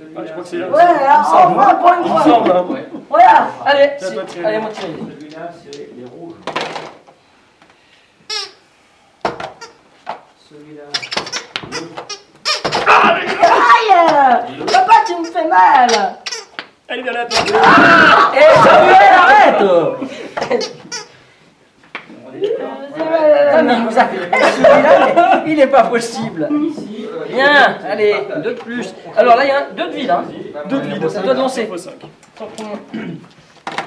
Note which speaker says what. Speaker 1: Ah, je crois que c'est là.
Speaker 2: Ouais, hein, enfin, pour une
Speaker 1: Il
Speaker 2: fois.
Speaker 1: me semble, hein.
Speaker 2: Voilà, allez,
Speaker 1: Tiens,
Speaker 2: si-
Speaker 1: toi, Thierry.
Speaker 2: allez, mon Thierry.
Speaker 3: Celui-là, c'est les rouges. Celui-là,
Speaker 2: Aïe Papa, tu me fais mal
Speaker 1: Allez, viens là, toi.
Speaker 2: Eh, Samuel, arrête Non, mais il vous a fait celui-là, il est pas possible. Bien, allez, deux de plus. Alors là, il y a un, deux de vide. Hein.
Speaker 1: Deux de vide.
Speaker 2: Ça doit danser.
Speaker 1: Faut cinq.
Speaker 2: Sans prendre-